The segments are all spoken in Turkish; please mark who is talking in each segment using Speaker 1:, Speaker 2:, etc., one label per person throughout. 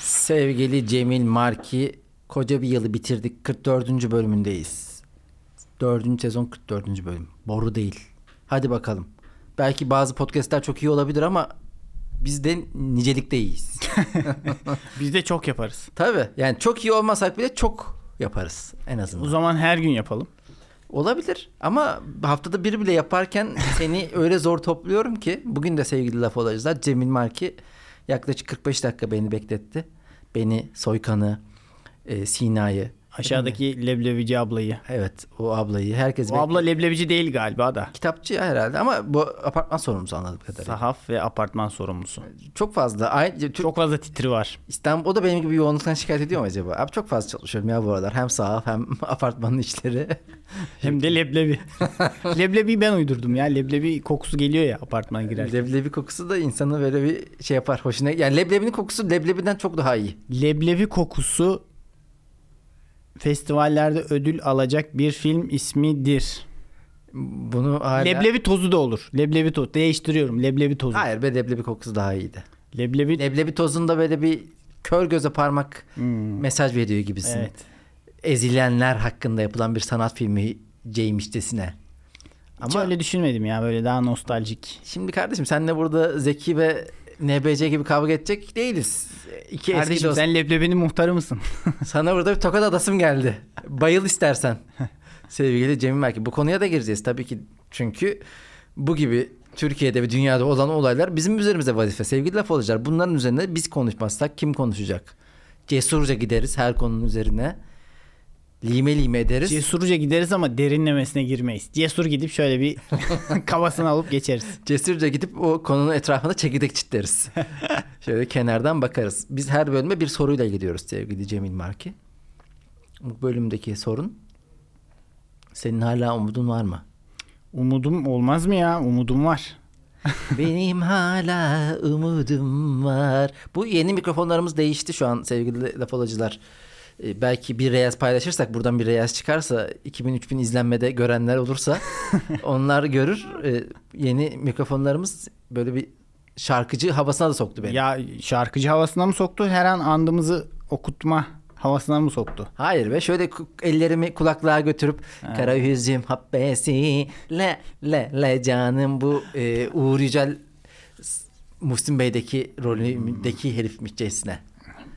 Speaker 1: Sevgili Cemil Marki, koca bir yılı bitirdik. 44. bölümündeyiz. 4. sezon 44. bölüm. Boru değil. Hadi bakalım. Belki bazı podcastler çok iyi olabilir ama biz de nicelikte iyiyiz.
Speaker 2: Biz de çok yaparız.
Speaker 1: Tabii. Yani çok iyi olmasak bile çok yaparız en azından.
Speaker 2: O zaman her gün yapalım.
Speaker 1: Olabilir ama haftada bir bile yaparken seni öyle zor topluyorum ki bugün de sevgili laf olacaklar. Cemil Marki yaklaşık 45 dakika beni bekletti. Beni, Soykan'ı, e, Sina'yı,
Speaker 2: Aşağıdaki leblebici ablayı.
Speaker 1: evet o ablayı herkes
Speaker 2: O
Speaker 1: bekliyor.
Speaker 2: abla leblebici değil galiba da.
Speaker 1: Kitapçı herhalde ama bu apartman sorumlusu anladığım kadarıyla.
Speaker 2: Sahaf ve apartman sorumlusu.
Speaker 1: Çok fazla. Ay, Türk,
Speaker 2: Çok fazla titri var.
Speaker 1: İstanbul, o da benim gibi yoğunluktan şikayet ediyor mu acaba? Abi çok fazla çalışıyorum ya bu aralar. Hem sahaf hem apartmanın işleri.
Speaker 2: Hem de leblebi. Leblebiyi ben uydurdum ya. Leblebi kokusu geliyor ya apartmana girerken.
Speaker 1: Leblebi kokusu da insanı böyle bir şey yapar. Hoşuna yani leblebinin kokusu leblebiden çok daha iyi.
Speaker 2: Leblebi kokusu festivallerde ödül alacak bir film ismidir.
Speaker 1: Bunu hala...
Speaker 2: Leblebi tozu da olur. Leblebi tozu. Değiştiriyorum. Leblebi tozu.
Speaker 1: Hayır be leblebi kokusu daha iyiydi.
Speaker 2: Leblebi
Speaker 1: Leblebi tozunda böyle bir kör göze parmak
Speaker 2: Hmm.
Speaker 1: mesaj veriyor gibisin.
Speaker 2: Evet.
Speaker 1: Ezilenler hakkında yapılan bir sanat filmi ceymiştesine.
Speaker 2: Hiç
Speaker 1: Ama-
Speaker 2: öyle düşünmedim ya. Böyle daha nostaljik.
Speaker 1: Şimdi kardeşim senle burada Zeki ve NBC gibi kavga edecek değiliz. İki eski
Speaker 2: Kardeşim
Speaker 1: dost.
Speaker 2: sen leblebinin muhtarı mısın?
Speaker 1: Sana burada bir tokat adasım geldi. Bayıl istersen. Sevgili Cemil Merki. Bu konuya da gireceğiz tabii ki. Çünkü bu gibi Türkiye'de ve dünyada olan olaylar bizim üzerimize vazife. Sevgili laf olacaklar. Bunların üzerine biz konuşmazsak kim konuşacak? Cesurca gideriz her konunun üzerine. Lime lime ederiz.
Speaker 2: Cesurca gideriz ama derinlemesine girmeyiz. Cesur gidip şöyle bir kafasını alıp geçeriz.
Speaker 1: Cesurca gidip o konunun etrafında çekirdek çitleriz. Şöyle kenardan bakarız. Biz her bölüme bir soruyla gidiyoruz sevgili Cemil Marki. Bu bölümdeki sorun senin hala umudun var mı?
Speaker 2: Umudum olmaz mı ya? Umudum var.
Speaker 1: Benim hala umudum var. Bu yeni mikrofonlarımız değişti şu an sevgili lafolacılar. Ee, belki bir reyaz paylaşırsak buradan bir reyaz çıkarsa 2000-3000 izlenmede görenler olursa onlar görür. Ee, yeni mikrofonlarımız böyle bir şarkıcı havasına da soktu beni.
Speaker 2: Ya şarkıcı havasına mı soktu? Her an andımızı okutma havasına mı soktu?
Speaker 1: Hayır be şöyle ku- ellerimi kulaklığa götürüp kara hüzün habbesi le le le canım bu e, Uğur Yücel s- Muhsin Bey'deki rolündeki herifmişçesine.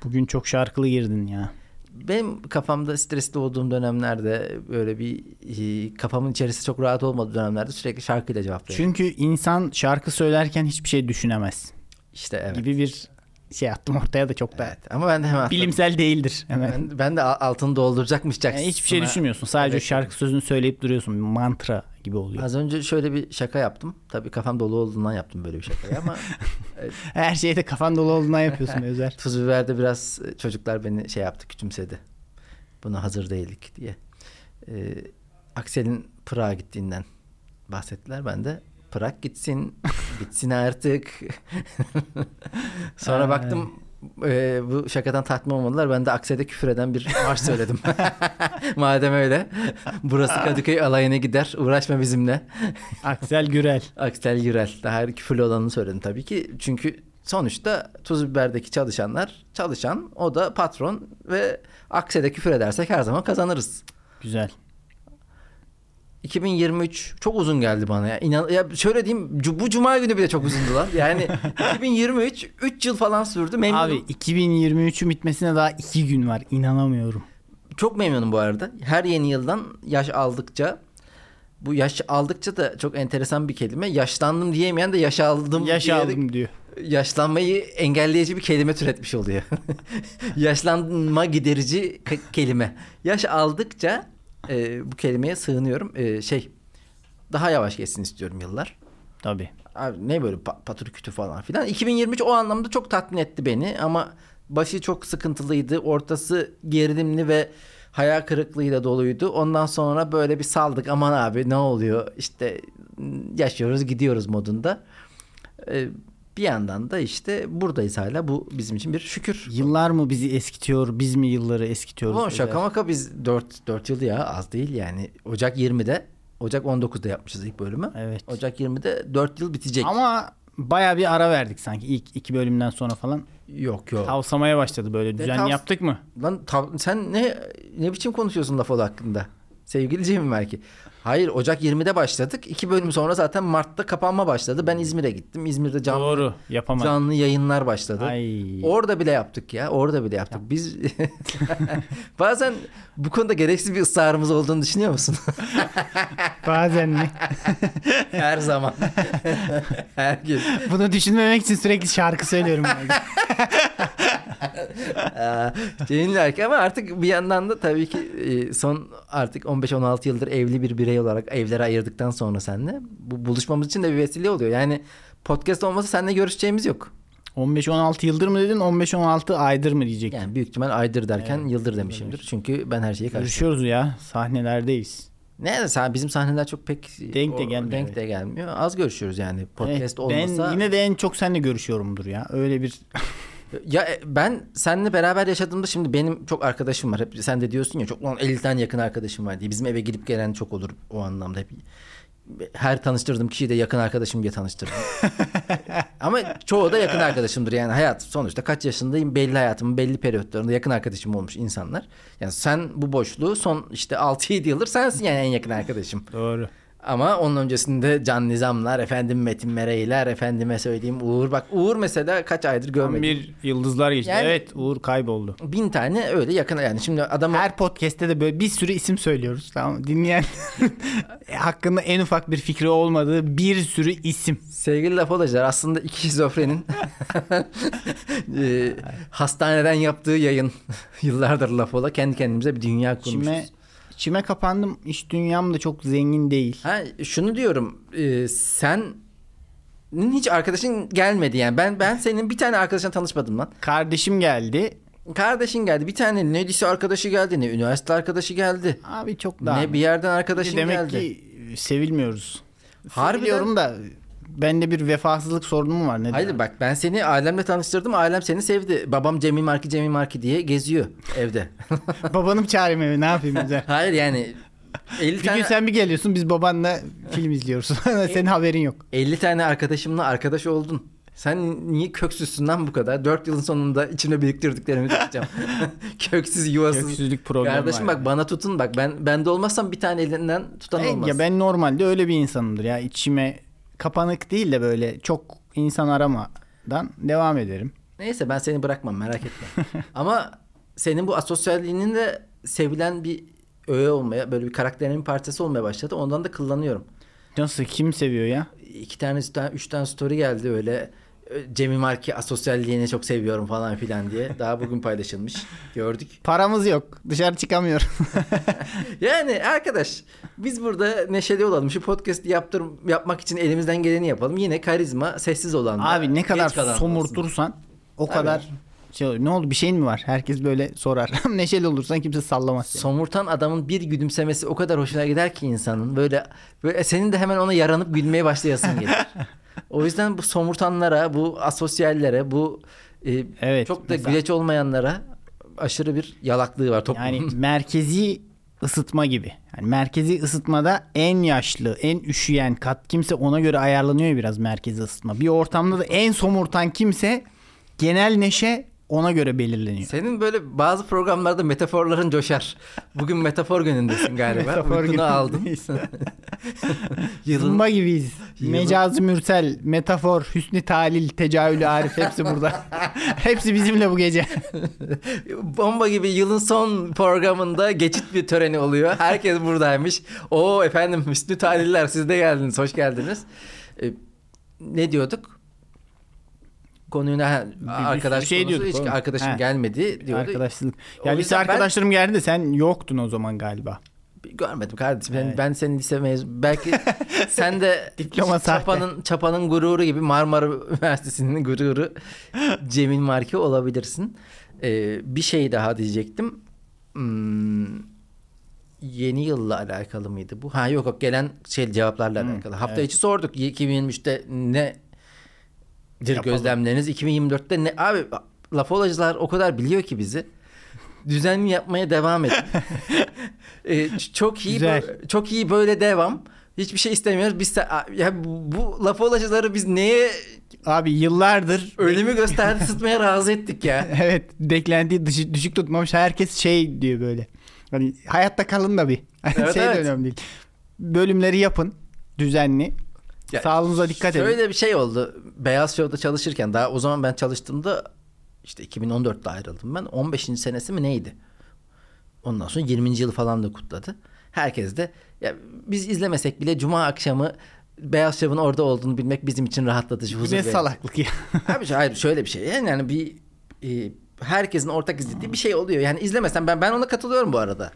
Speaker 2: Bugün çok şarkılı girdin ya.
Speaker 1: Benim kafamda stresli olduğum dönemlerde böyle bir e, kafamın içerisi çok rahat olmadığı dönemlerde sürekli şarkıyla cevaplıyorum.
Speaker 2: Çünkü insan şarkı söylerken hiçbir şey düşünemez
Speaker 1: işte evet.
Speaker 2: gibi bir şey attım ortaya da çok da
Speaker 1: evet. Ama ben de hemen
Speaker 2: bilimsel değildir. Hemen.
Speaker 1: ben, ben de al- altını dolduracakmış
Speaker 2: Yani hiçbir şey
Speaker 1: Jackson'a.
Speaker 2: düşünmüyorsun. Sadece
Speaker 1: Evet.
Speaker 2: şarkı sözünü söyleyip duruyorsun. Mantra gibi oluyor.
Speaker 1: Az önce şöyle bir şaka yaptım. Tabii kafam dolu olduğundan yaptım böyle bir şakayı ama
Speaker 2: Her şeyde kafan dolu olduğundan yapıyorsun Özer.
Speaker 1: Tuz biberde biraz çocuklar beni şey yaptı küçümsedi. Buna hazır değildik diye. Ee, Aksel'in Prag'a gittiğinden bahsettiler. Ben de Prag gitsin, bitsin artık. Sonra
Speaker 2: Ay.
Speaker 1: baktım e, bu şakadan tatmin olmadılar. Ben de Aksel'e küfür eden bir marş söyledim. Madem öyle. Burası Kadıköy alayına gider. Uğraşma bizimle.
Speaker 2: Aksel Gürel.
Speaker 1: Aksel Yürel. Daha küfürlü olanını söyledim tabii ki. Çünkü sonuçta Tuz Biber'deki çalışanlar çalışan. O da patron ve Aksel'e küfür edersek her zaman kazanırız.
Speaker 2: Güzel.
Speaker 1: 2023 çok uzun geldi bana ya. İnan, ya şöyle diyeyim cu- bu cuma günü bile çok uzundu lan. Yani 2023 3 yıl falan sürdü. Memnunum.
Speaker 2: Abi 2023'ün bitmesine daha 2 gün var. İnanamıyorum.
Speaker 1: Çok memnunum bu arada. Her yeni yıldan yaş aldıkça bu yaş aldıkça da çok enteresan bir kelime. Yaşlandım diyemeyen de yaş aldım
Speaker 2: Yaş
Speaker 1: diyerek-
Speaker 2: aldım diyor.
Speaker 1: yaşlanmayı engelleyici bir kelime türetmiş oluyor. Yaşlanma giderici ke- kelime. Yaş aldıkça e, bu kelimeye sığınıyorum. E, şey daha yavaş geçsin istiyorum yıllar.
Speaker 2: Tabii.
Speaker 1: Abi ne böyle pa- patır kütü falan filan. 2023 o anlamda çok tatmin etti beni ama başı çok sıkıntılıydı. Ortası gerilimli ve hayal kırıklığıyla doluydu. Ondan sonra böyle bir saldık. Aman abi ne oluyor? İşte m, yaşıyoruz gidiyoruz modunda. Ee, bir yandan da işte buradayız hala. Bu bizim için bir şükür.
Speaker 2: Yıllar mı bizi eskitiyor, biz mi yılları eskitiyoruz?
Speaker 1: Ulan
Speaker 2: Özer?
Speaker 1: şaka maka biz 4, 4 yıl ya az değil yani. Ocak 20'de, Ocak 19'da yapmışız ilk bölümü.
Speaker 2: Evet.
Speaker 1: Ocak 20'de 4 yıl bitecek.
Speaker 2: Ama Bayağı bir ara verdik sanki ilk iki bölümden sonra falan.
Speaker 1: Yok yok.
Speaker 2: Tavsamaya başladı böyle düzen
Speaker 1: tavs-
Speaker 2: yaptık mı?
Speaker 1: Lan tav- sen ne ne biçim konuşuyorsun laf oda hakkında? Sevgili Cemil belki. Hayır Ocak 20'de başladık. İki bölüm sonra zaten Mart'ta kapanma başladı. Ben İzmir'e gittim. İzmir'de canlı,
Speaker 2: Doğru yapamadık.
Speaker 1: canlı yayınlar başladı.
Speaker 2: Ay.
Speaker 1: Orada bile yaptık ya. Orada bile yaptık. Biz bazen bu konuda gereksiz bir ısrarımız olduğunu düşünüyor musun?
Speaker 2: Bazen mi?
Speaker 1: Her zaman. Her gün.
Speaker 2: Bunu düşünmemek için sürekli şarkı söylüyorum.
Speaker 1: Ee, Cemil Erkin ama artık bir yandan da tabii ki e, son artık 15-16 yıldır evli bir birey olarak evlere ayırdıktan sonra seninle bu buluşmamız için de bir vesile oluyor. Yani podcast olmasa seninle görüşeceğimiz yok.
Speaker 2: 15-16 yıldır mı dedin? 15-16 aydır mı diyecek.
Speaker 1: Yani büyük ihtimal aydır derken yıldır demişimdir. Çünkü ben her şeye karşı.
Speaker 2: Görüşüyoruz ya. Sahnelerdeyiz.
Speaker 1: Ne sa- bizim sahneler çok pek
Speaker 2: Denk de gelmiyor.
Speaker 1: denk de gelmiyor. Az görüşüyoruz yani podcast
Speaker 2: Evet,
Speaker 1: olmasa.
Speaker 2: Eh, Ben yine de en çok seninle görüşüyorumdur ya. Öyle bir
Speaker 1: Ya e, ben seninle beraber yaşadığımda şimdi benim çok arkadaşım var. Hep sen de diyorsun ya çok lan 50 tane yakın arkadaşım var diye. Bizim eve gidip gelen çok olur o anlamda hep. Her tanıştırdığım kişiyi de yakın arkadaşım diye tanıştırdım. Ama çoğu da yakın arkadaşımdır yani hayat sonuçta kaç yaşındayım belli hayatımın belli periyotlarında yakın arkadaşım olmuş insanlar. Yani sen bu boşluğu son işte 6-7 yıldır sensin yani en yakın arkadaşım.
Speaker 2: Doğru.
Speaker 1: Ama onun öncesinde Can Nizamlar, efendim Metin Mereyler, efendime söyleyeyim Uğur. Bak Uğur mesela kaç aydır görmedim.
Speaker 2: Bir yıldızlar geçti.
Speaker 1: Yani-
Speaker 2: Evet Uğur kayboldu.
Speaker 1: bin tane öyle yakın yani şimdi adam
Speaker 2: Her podcast'te de böyle bir sürü isim söylüyoruz. Tamam mı? dinleyen hakkında en ufak bir fikri olmadığı bir sürü isim.
Speaker 1: sevgili laf olacaklar aslında iki şizofrenin e, hastaneden yaptığı yayın yıllardır laf ola kendi kendimize bir dünya kurmuşuz.
Speaker 2: İçime, içime kapandım. İş dünyam da çok zengin değil.
Speaker 1: Ha, şunu diyorum e, sen hiç arkadaşın gelmedi yani ben ben senin bir tane arkadaşına tanışmadım lan.
Speaker 2: Kardeşim geldi.
Speaker 1: Kardeşin geldi bir tane ne lise arkadaşı geldi ne üniversite arkadaşı geldi.
Speaker 2: Abi çok daha.
Speaker 1: ne bir yerden arkadaşın
Speaker 2: Demek
Speaker 1: geldi.
Speaker 2: ki sevilmiyoruz.
Speaker 1: Harbiden-
Speaker 2: Seviliyorum da bende bir vefasızlık sorunum var. Ne
Speaker 1: Hayır bak ben seni ailemle tanıştırdım. Ailem seni sevdi. Babam Cemil Marki Cemil Marki diye geziyor evde.
Speaker 2: Babanı mı çağırayım eve ne yapayım bize?
Speaker 1: Hayır yani 50
Speaker 2: Bir gün
Speaker 1: tane, E,
Speaker 2: sen bir geliyorsun biz babanla film izliyoruz. Senin haberin yok.
Speaker 1: 50 tane arkadaşımla arkadaş oldun. Sen niye köksüzsün lan bu kadar? 4 yılın sonunda içimde biriktirdiklerimi dökeceğim. Köksüz, yuvasız.
Speaker 2: Köksüzlük problemi
Speaker 1: Kardeşim
Speaker 2: var
Speaker 1: bak bana tutun bak. Ben bende olmazsam bir tane elinden tutan
Speaker 2: E,
Speaker 1: olmaz.
Speaker 2: ya ben normalde öyle bir insanımdır ya. içime kapanık değil de böyle çok insan aramadan devam ederim.
Speaker 1: Neyse ben seni bırakmam merak etme. Ama senin bu asosyalliğinin de sevilen bir öğe olmaya, böyle bir karakterinin bir parçası olmaya başladı. Ondan da kıllanıyorum.
Speaker 2: Nasıl kim seviyor ya?
Speaker 1: iki tane üç tane, üç tane story geldi öyle. Ö, Cemil Marki asosyalliğini çok seviyorum falan filan diye. Daha bugün paylaşılmış. Gördük.
Speaker 2: Paramız yok. Dışarı çıkamıyorum.
Speaker 1: Yani arkadaş biz burada neşeli olalım. Şu podcast yaptır, yapmak için elimizden geleni yapalım. Yine karizma sessiz olan. da,
Speaker 2: Abi ne
Speaker 1: geç
Speaker 2: kadar
Speaker 1: kalan da olsun.
Speaker 2: somurtursan o kadar şey olur. ne oldu bir şeyin mi var? Herkes böyle sorar. Neşeli olursan kimse sallamaz. yani.
Speaker 1: Somurtan adamın bir gülümsemesi o kadar hoşuna gider ki insanın. Böyle, böyle e, senin de hemen ona yaranıp gülmeye başlayasın gelir. o yüzden bu somurtanlara, bu asosyallere, bu e,
Speaker 2: Evet,
Speaker 1: çok da
Speaker 2: mesela-
Speaker 1: güleç olmayanlara aşırı bir yalaklığı var toplumun.
Speaker 2: Yani merkezi ısıtma gibi. Yani merkezi ısıtmada en yaşlı, en üşüyen kat kimse ona göre ayarlanıyor ya biraz merkezi ısıtma. Bir ortamda da en somurtan kimse genel neşe ona göre belirleniyor.
Speaker 1: Senin böyle bazı programlarda metaforların coşar. Bugün metafor günündesin galba.
Speaker 2: Metafor
Speaker 1: Uykunu
Speaker 2: günü-
Speaker 1: aldın. Yılın
Speaker 2: Zımba gibiyiz.
Speaker 1: Yılın-
Speaker 2: Mecazi mürsel, metafor, hüsnü talil, tecavülü arif hepsi burada. hepsi bizimle bu gece.
Speaker 1: bomba gibi yılın son programında geçit bir töreni oluyor. Herkes buradaymış. O efendim Hüsnü Taliller siz de geldiniz. Hoş geldiniz. Ee, ne diyorduk? Konuyu ne? Ha, Arkadaş
Speaker 2: şey
Speaker 1: şey konusu.
Speaker 2: diyorduk
Speaker 1: hiç
Speaker 2: oğlum.
Speaker 1: arkadaşım
Speaker 2: He.
Speaker 1: gelmedi diyordu.
Speaker 2: Arkadaşlık.
Speaker 1: O
Speaker 2: Ya lise
Speaker 1: yüzden ben-
Speaker 2: arkadaşlarım geldi de sen yoktun o zaman galiba.
Speaker 1: Görmedim kardeşim. Ben,
Speaker 2: Evet.
Speaker 1: ben senin lise mezun. Belki sen de
Speaker 2: Diploma sahte.
Speaker 1: çapanın, çapanın gururu gibi Marmara Üniversitesi'nin gururu Cemil Marki olabilirsin. Ee, bir şey daha diyecektim. Hmm, yeni yılla alakalı mıydı bu? Ha yok yok gelen şey cevaplarla alakalı. Hafta içi sorduk 2023'te ne
Speaker 2: Yapalım.
Speaker 1: gözlemleriniz 2024'te ne abi lafolacılar o kadar biliyor ki bizi. Düzenli yapmaya devam edin. Ee, ç- çok iyi
Speaker 2: Güzel.
Speaker 1: bö- çok iyi böyle devam. Hiçbir şey istemiyoruz. Biz se- a- ya bu, bu lafı olacıları biz neye
Speaker 2: Abi yıllardır
Speaker 1: ölümü gösterdi sıtmaya razı ettik ya.
Speaker 2: evet beklentiyi düşük, düşük tutmamış herkes şey diyor böyle. Hani hayatta kalın da bir. Hani
Speaker 1: Evet,
Speaker 2: şey de
Speaker 1: evet.
Speaker 2: önemli değil. Bölümleri yapın düzenli.
Speaker 1: Ya
Speaker 2: Sağlığınıza dikkat edin.
Speaker 1: Şöyle bir şey oldu. Beyaz Show'da çalışırken daha o zaman ben çalıştığımda işte 2014'te ayrıldım ben. 15. senesi mi neydi? Ondan sonra 20. yılı falan da kutladı. Herkes de ya biz izlemesek bile cuma akşamı Beyaz Show'un orada olduğunu bilmek bizim için rahatlatıcı huzur
Speaker 2: Ne
Speaker 1: verici.
Speaker 2: salaklık ya.
Speaker 1: Abi şu- hayır şöyle bir şey. Yani, yani bir e, herkesin ortak izlediği bir şey oluyor. Yani izlemesen ben ben ona katılıyorum bu arada.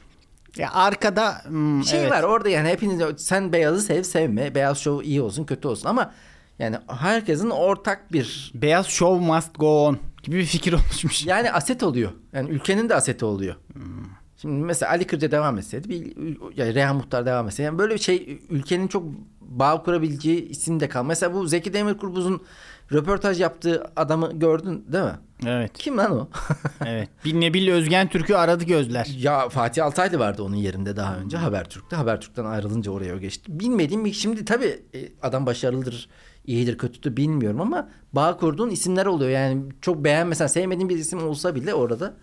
Speaker 2: ya arkada hmm,
Speaker 1: Bir şey
Speaker 2: evet.
Speaker 1: var orada yani hepiniz sen beyazı sev sevme. Beyaz şov iyi olsun kötü olsun ama yani herkesin ortak bir
Speaker 2: Beyaz show must go on gibi bir fikir oluşmuş.
Speaker 1: yani aset oluyor. Yani ülkenin de aseti oluyor. Şimdi mesela Ali Kırca devam etseydi bir yani Reyhan Muhtar devam etseydi. Yani böyle bir şey ülkenin çok bağ kurabileceği isim de kal. Mesela bu Zeki Demirkubuz'un röportaj yaptığı adamı gördün değil mi?
Speaker 2: Evet.
Speaker 1: Kim lan o?
Speaker 2: Evet. Bir Nebil Özgen Türk'ü aradı gözler.
Speaker 1: Ya Fatih Altaylı vardı onun yerinde daha önce Habertürk'te. Habertürk'ten ayrılınca oraya o geçti. Bilmediğim bir şimdi tabii e, adam başarılıdır, iyidir, kötüdür bilmiyorum ama bağ kurduğun isimler oluyor. Yani çok beğenmesen, sevmediğin bir isim olsa bile orada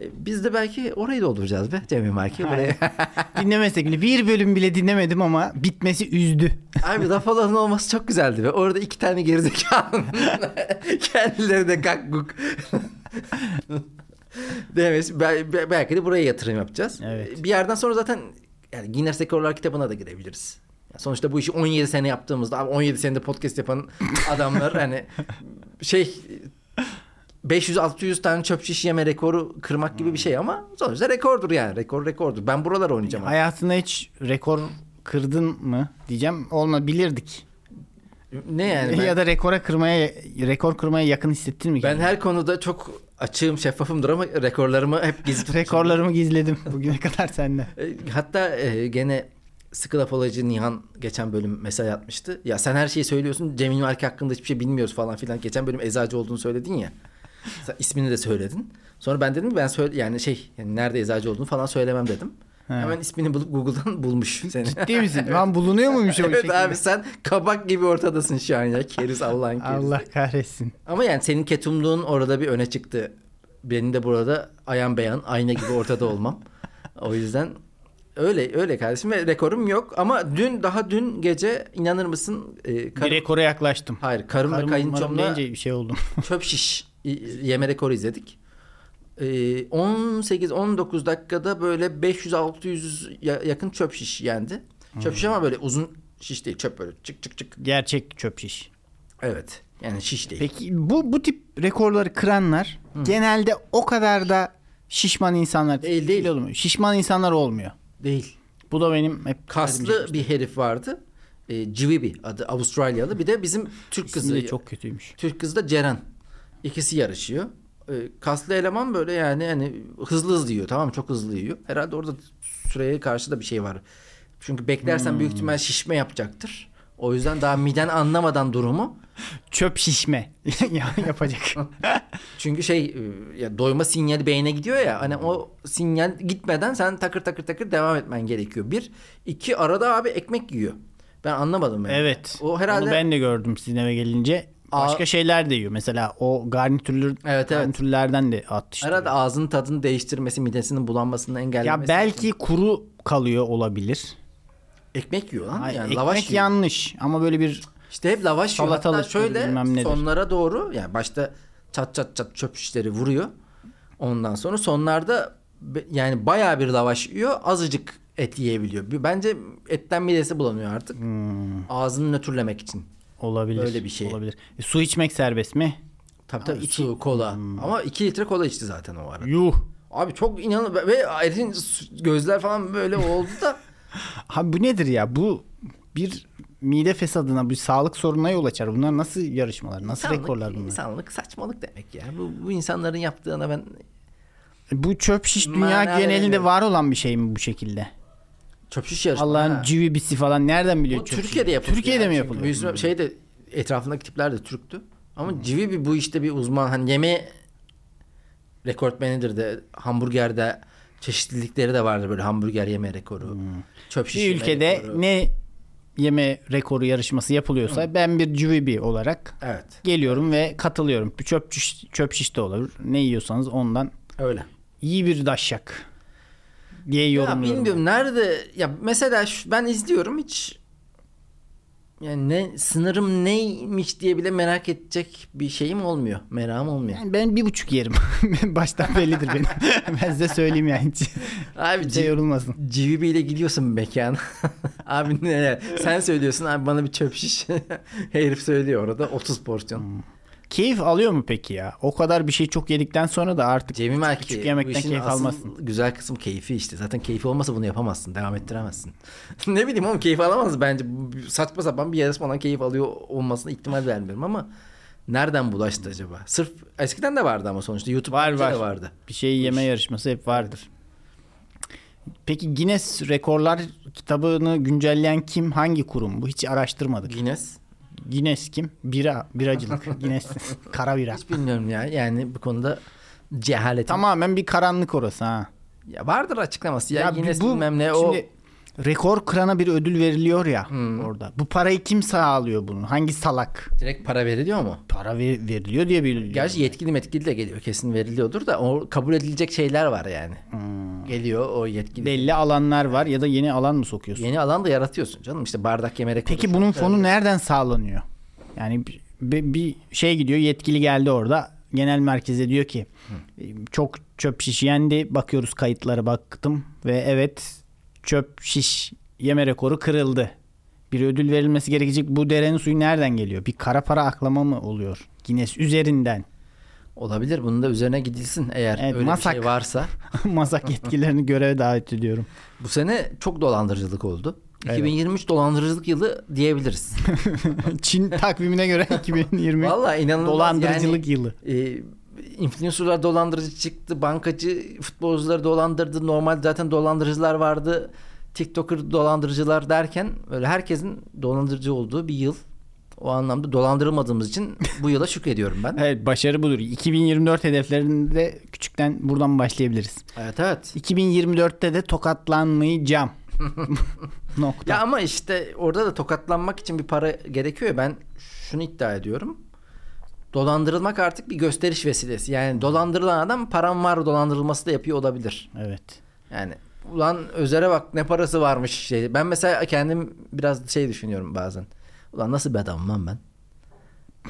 Speaker 1: e, biz de belki orayı dolduracağız be Cemil Maki. Buraya.
Speaker 2: Dinlemesek bile bir bölüm bile dinlemedim ama bitmesi üzdü.
Speaker 1: Abi laf alanın olması çok güzeldi be. Orada iki tane gerizekalı kendileri de gagguk. Demesi bel- be- belki de buraya yatırım yapacağız.
Speaker 2: Evet.
Speaker 1: Bir yerden sonra zaten yani Guinness Rekorlar kitabına da girebiliriz. Ya Sonuçta bu işi 17 sene yaptığımızda abi 17 senede podcast yapan adamlar hani şey 500-600 tane çöp şiş yeme rekoru kırmak gibi bir şey ama sonuçta rekordur yani. Rekor rekordur. Ben buralar oynayacağım. abi.
Speaker 2: Hayatında hiç rekor kırdın mı diyeceğim. Olmabilirdik.
Speaker 1: Ne yani? ben-
Speaker 2: ya da rekora kırmaya rekor kırmaya yakın hissettin mi?
Speaker 1: Ben
Speaker 2: kendini?
Speaker 1: her konuda çok açığım, şeffafımdır ama rekorlarımı hep gizli tutmuşum.
Speaker 2: rekorlarımı gizledim bugüne kadar seninle.
Speaker 1: E, Hatta e, gene sıkı laf olacı Nihan geçen bölüm mesaj atmıştı. Ya sen her şeyi söylüyorsun, Cemil Marki hakkında hiçbir şey bilmiyoruz falan filan. Geçen bölüm eczacı olduğunu söyledin ya. Sen ismini de söyledin. Sonra ben dedim ki ben söyle yani şey yani nerede eczacı olduğunu falan söylemem dedim.
Speaker 2: He.
Speaker 1: Hemen ismini bulup Google'dan bulmuş seni.
Speaker 2: Ciddi misin? Lan bulunuyor muymuş o
Speaker 1: evet
Speaker 2: şekilde?
Speaker 1: abi sen kabak gibi ortadasın şu an ya. Keriz Allah'ın keriz.
Speaker 2: Allah kahretsin.
Speaker 1: Ama yani senin ketumluğun orada bir öne çıktı. Benim de burada ayan beyan ayna gibi ortada olmam. O yüzden öyle öyle kardeşim ve rekorum yok ama dün daha dün gece inanır mısın e, karım,
Speaker 2: Bir rekora yaklaştım.
Speaker 1: hayır karım,
Speaker 2: Karım
Speaker 1: ve
Speaker 2: umarım
Speaker 1: kayınçomla
Speaker 2: deyince bir şey oldum.
Speaker 1: çöp şiş e, yeme rekoru izledik. E, 18-19 dakikada böyle 500-600 ya- yakın çöp şiş yendi. Çöp
Speaker 2: Hmm.
Speaker 1: şiş ama böyle uzun şiş değil çöp böyle çık çık çık.
Speaker 2: Gerçek çöp şiş.
Speaker 1: Evet yani şiş değil.
Speaker 2: Peki bu bu tip rekorları kıranlar genelde o kadar da şişman insanlar
Speaker 1: Değil, değil.
Speaker 2: Olmuyor. Şişman insanlar olmuyor.
Speaker 1: Değil.
Speaker 2: Bu da benim hep
Speaker 1: kaslı bir herif vardı. E, Civibi adı Avustralyalı. Bir de bizim Türk
Speaker 2: kızı
Speaker 1: kızı.
Speaker 2: çok kötüymüş.
Speaker 1: Türk kızı da Ceren. İkisi yarışıyor. E, kaslı eleman böyle yani hani hızlı hızlı yiyor tamam mı? çok hızlı yiyor. Herhalde orada süreye karşı da bir şey var. Çünkü beklersen büyük ihtimal şişme yapacaktır. O yüzden daha miden anlamadan durumu.
Speaker 2: Çöp şişme Ya- yapacak.
Speaker 1: Çünkü şey e, ya doyma sinyali beyne gidiyor ya. Hani o sinyal gitmeden sen takır takır takır devam etmen gerekiyor. Bir. iki arada abi ekmek yiyor. Ben anlamadım yani.
Speaker 2: Evet.
Speaker 1: O herhalde-
Speaker 2: Onu ben de gördüm sizin eve gelince.
Speaker 1: Aa-
Speaker 2: Başka şeyler de yiyor. Mesela o garnitürler,
Speaker 1: evet.
Speaker 2: garnitürlerden de atıştırıyor.
Speaker 1: Arada ağzının tadını değiştirmesi, midesinin bulanmasını engellemesi.
Speaker 2: Ya belki kuru kalıyor olabilir.
Speaker 1: ekmek yiyor lan.
Speaker 2: Ay,
Speaker 1: yani
Speaker 2: ekmek
Speaker 1: lavaş yiyor.
Speaker 2: yanlış ama böyle bir
Speaker 1: İşte hep lavaş yiyor.
Speaker 2: Salatalık
Speaker 1: Hatta
Speaker 2: bilmem
Speaker 1: şöyle
Speaker 2: nedir.
Speaker 1: sonlara doğru yani başta çat çat çat çöp şişleri vuruyor. Ondan sonra sonlarda be- yani bayağı bir lavaş yiyor. Azıcık et yiyebiliyor. Bir- Bence etten midesi bulanıyor artık.
Speaker 2: Hmm.
Speaker 1: Ağzını nötrlemek için.
Speaker 2: olabilir.
Speaker 1: Öyle bir şey.
Speaker 2: Olabilir. E, su içmek serbest mi?
Speaker 1: Tabii tabii su, kola.
Speaker 2: hmm.
Speaker 1: Ama 2 litre kola içti zaten o arada.
Speaker 2: Yuh.
Speaker 1: Abi çok inanın ve Ersin su- gözler falan böyle oldu da
Speaker 2: Ha bu nedir ya? Bu bir mide fesadına, bir sağlık sorununa yol açar. Bunlar nasıl yarışmalar? Nasıl
Speaker 1: İnsanlık-
Speaker 2: rekorlar bunlar?
Speaker 1: İnsanlık saçmalık demek ya. Bu, bu insanların yaptığına ben
Speaker 2: E, Bu çöp şiş dünya
Speaker 1: Mana
Speaker 2: genelinde
Speaker 1: veremiyorum.
Speaker 2: var olan bir şey mi bu şekilde?
Speaker 1: çöp şiş yarışma.
Speaker 2: Allah'ın
Speaker 1: ha.
Speaker 2: civibisi falan nereden biliyor
Speaker 1: Bu
Speaker 2: çöp şiş?
Speaker 1: Türkiye'de yapılıyor.
Speaker 2: Türkiye'de mi Hmm. yapılıyor?
Speaker 1: Yüzme, şey de etrafındaki tipler de Türktü. Ama
Speaker 2: Hmm.
Speaker 1: Civi bir bu işte bir uzman hani yeme rekortmenidir de hamburgerde çeşitlilikleri de vardır böyle hamburger yeme şey rekoru. Çöp şiş
Speaker 2: Hmm. Bir
Speaker 1: yeme
Speaker 2: ülkede
Speaker 1: rekoru.
Speaker 2: ne yeme rekoru yarışması yapılıyorsa ben bir cüvibi olarak
Speaker 1: Evet.
Speaker 2: geliyorum ve katılıyorum. Bir çöp şiş, çöp şiş de olur. Ne yiyorsanız ondan
Speaker 1: Öyle.
Speaker 2: iyi bir daşşak diye yorumluyorum.
Speaker 1: Ya bilmiyorum nerede ya mesela şu- ben izliyorum hiç yani ne sınırım neymiş diye bile merak edecek bir şeyim olmuyor. Merakım olmuyor.
Speaker 2: Yani ben bir buçuk yerim. Baştan bellidir benim. ben size söyleyeyim yani. Hiç
Speaker 1: Abi
Speaker 2: şey
Speaker 1: C-
Speaker 2: yorulmasın.
Speaker 1: CVB ile gidiyorsun bir mekana. abi ne sen söylüyorsun abi bana bir çöp şiş. Herif söylüyor orada 30
Speaker 2: Hmm.
Speaker 1: porsiyon.
Speaker 2: Keyif alıyor mu peki ya? O kadar bir şey çok yedikten sonra da artık
Speaker 1: Cemil Erki
Speaker 2: küçük
Speaker 1: bu
Speaker 2: yemekten
Speaker 1: işin
Speaker 2: keyif
Speaker 1: asıl
Speaker 2: almasın.
Speaker 1: Güzel kısım keyfi işte. Zaten keyfi olmasa bunu yapamazsın. Devam ettiremezsin. ne bileyim oğlum keyif alamaz bence. Bu bir- Saçma sapan bir yarışmadan keyif alıyor olmasına ihtimal vermiyorum ama nereden bulaştı acaba? Sırf eskiden de vardı ama sonuçta YouTube'da
Speaker 2: Var,
Speaker 1: önce de
Speaker 2: var.
Speaker 1: vardı.
Speaker 2: bir şey yeme yarışması hep vardır. Peki Guinness Rekorlar kitabını güncelleyen kim? Hangi kurum bu? Hiç araştırmadık.
Speaker 1: Guinness.
Speaker 2: Guinness kim? Bira, biracılık. Guinness kara bira.
Speaker 1: Hiç bilmiyorum ya. Yani bu konuda cehaletim.
Speaker 2: Tamamen bir karanlık orası ha.
Speaker 1: Ya vardır açıklaması ya, Guinness
Speaker 2: bu-
Speaker 1: bilmem ne o. Hmm.
Speaker 2: şimdi rekor kırana bir ödül veriliyor ya orada. Bu parayı kim sağlıyor bunu? Hangi salak?
Speaker 1: Direkt para veriliyor mu?
Speaker 2: Para ver- veriliyor diye biliyorum.
Speaker 1: Gerçi yetkili metkili de geliyor. Kesin veriliyordur da o kabul edilecek şeyler var yani.
Speaker 2: Hmm.
Speaker 1: Geliyor o yetkili.
Speaker 2: belli alanlar var ya da yeni alan mı sokuyorsun?
Speaker 1: Yeni alan da yaratıyorsun canım. İşte bardak yemerek.
Speaker 2: Peki
Speaker 1: olur.
Speaker 2: bunun fonu nereden sağlanıyor? Yani bir- bir, bir şey gidiyor yetkili geldi orada genel merkeze diyor ki çok çöp şiş yendi bakıyoruz kayıtlara baktım ve evet çöp şiş yeme rekoru kırıldı. Bir ödül verilmesi gerekecek bu derenin suyu nereden geliyor? Bir kara para aklama mı oluyor? Guinness üzerinden
Speaker 1: Olabilir. Bunun da üzerine gidilsin eğer
Speaker 2: Evet,
Speaker 1: öyle
Speaker 2: masak.
Speaker 1: bir şey varsa.
Speaker 2: masak yetkilerini göreve davet ediyorum.
Speaker 1: Bu sene çok dolandırıcılık oldu.
Speaker 2: Evet.
Speaker 1: 2023 dolandırıcılık yılı diyebiliriz.
Speaker 2: Çin takvimine göre 2020
Speaker 1: Vallahi inanılmaz.
Speaker 2: dolandırıcılık yılı.
Speaker 1: Yani, e, influencerlar dolandırıcı çıktı. Bankacı futbolcuları dolandırdı. Normal zaten dolandırıcılar vardı. TikToker dolandırıcılar derken böyle herkesin dolandırıcı olduğu bir yıl. O anlamda dolandırılmadığımız için bu yıla şükrediyorum ben.
Speaker 2: Evet başarı budur. 2024 hedeflerinde küçükten buradan başlayabiliriz.
Speaker 1: Evet evet.
Speaker 2: 2024'te de tokatlanmayacağım. Nokta.
Speaker 1: Ya ama işte orada da tokatlanmak için bir para gerekiyor. ya. Ben şunu iddia ediyorum. Dolandırılmak artık bir gösteriş vesilesi. Yani dolandırılan adam param var dolandırılması da yapıyor olabilir.
Speaker 2: Evet.
Speaker 1: Yani ulan Özer'e bak ne parası varmış şey. Ben mesela kendim biraz şey düşünüyorum bazen. Ulan nasıl bir adamım lan ben?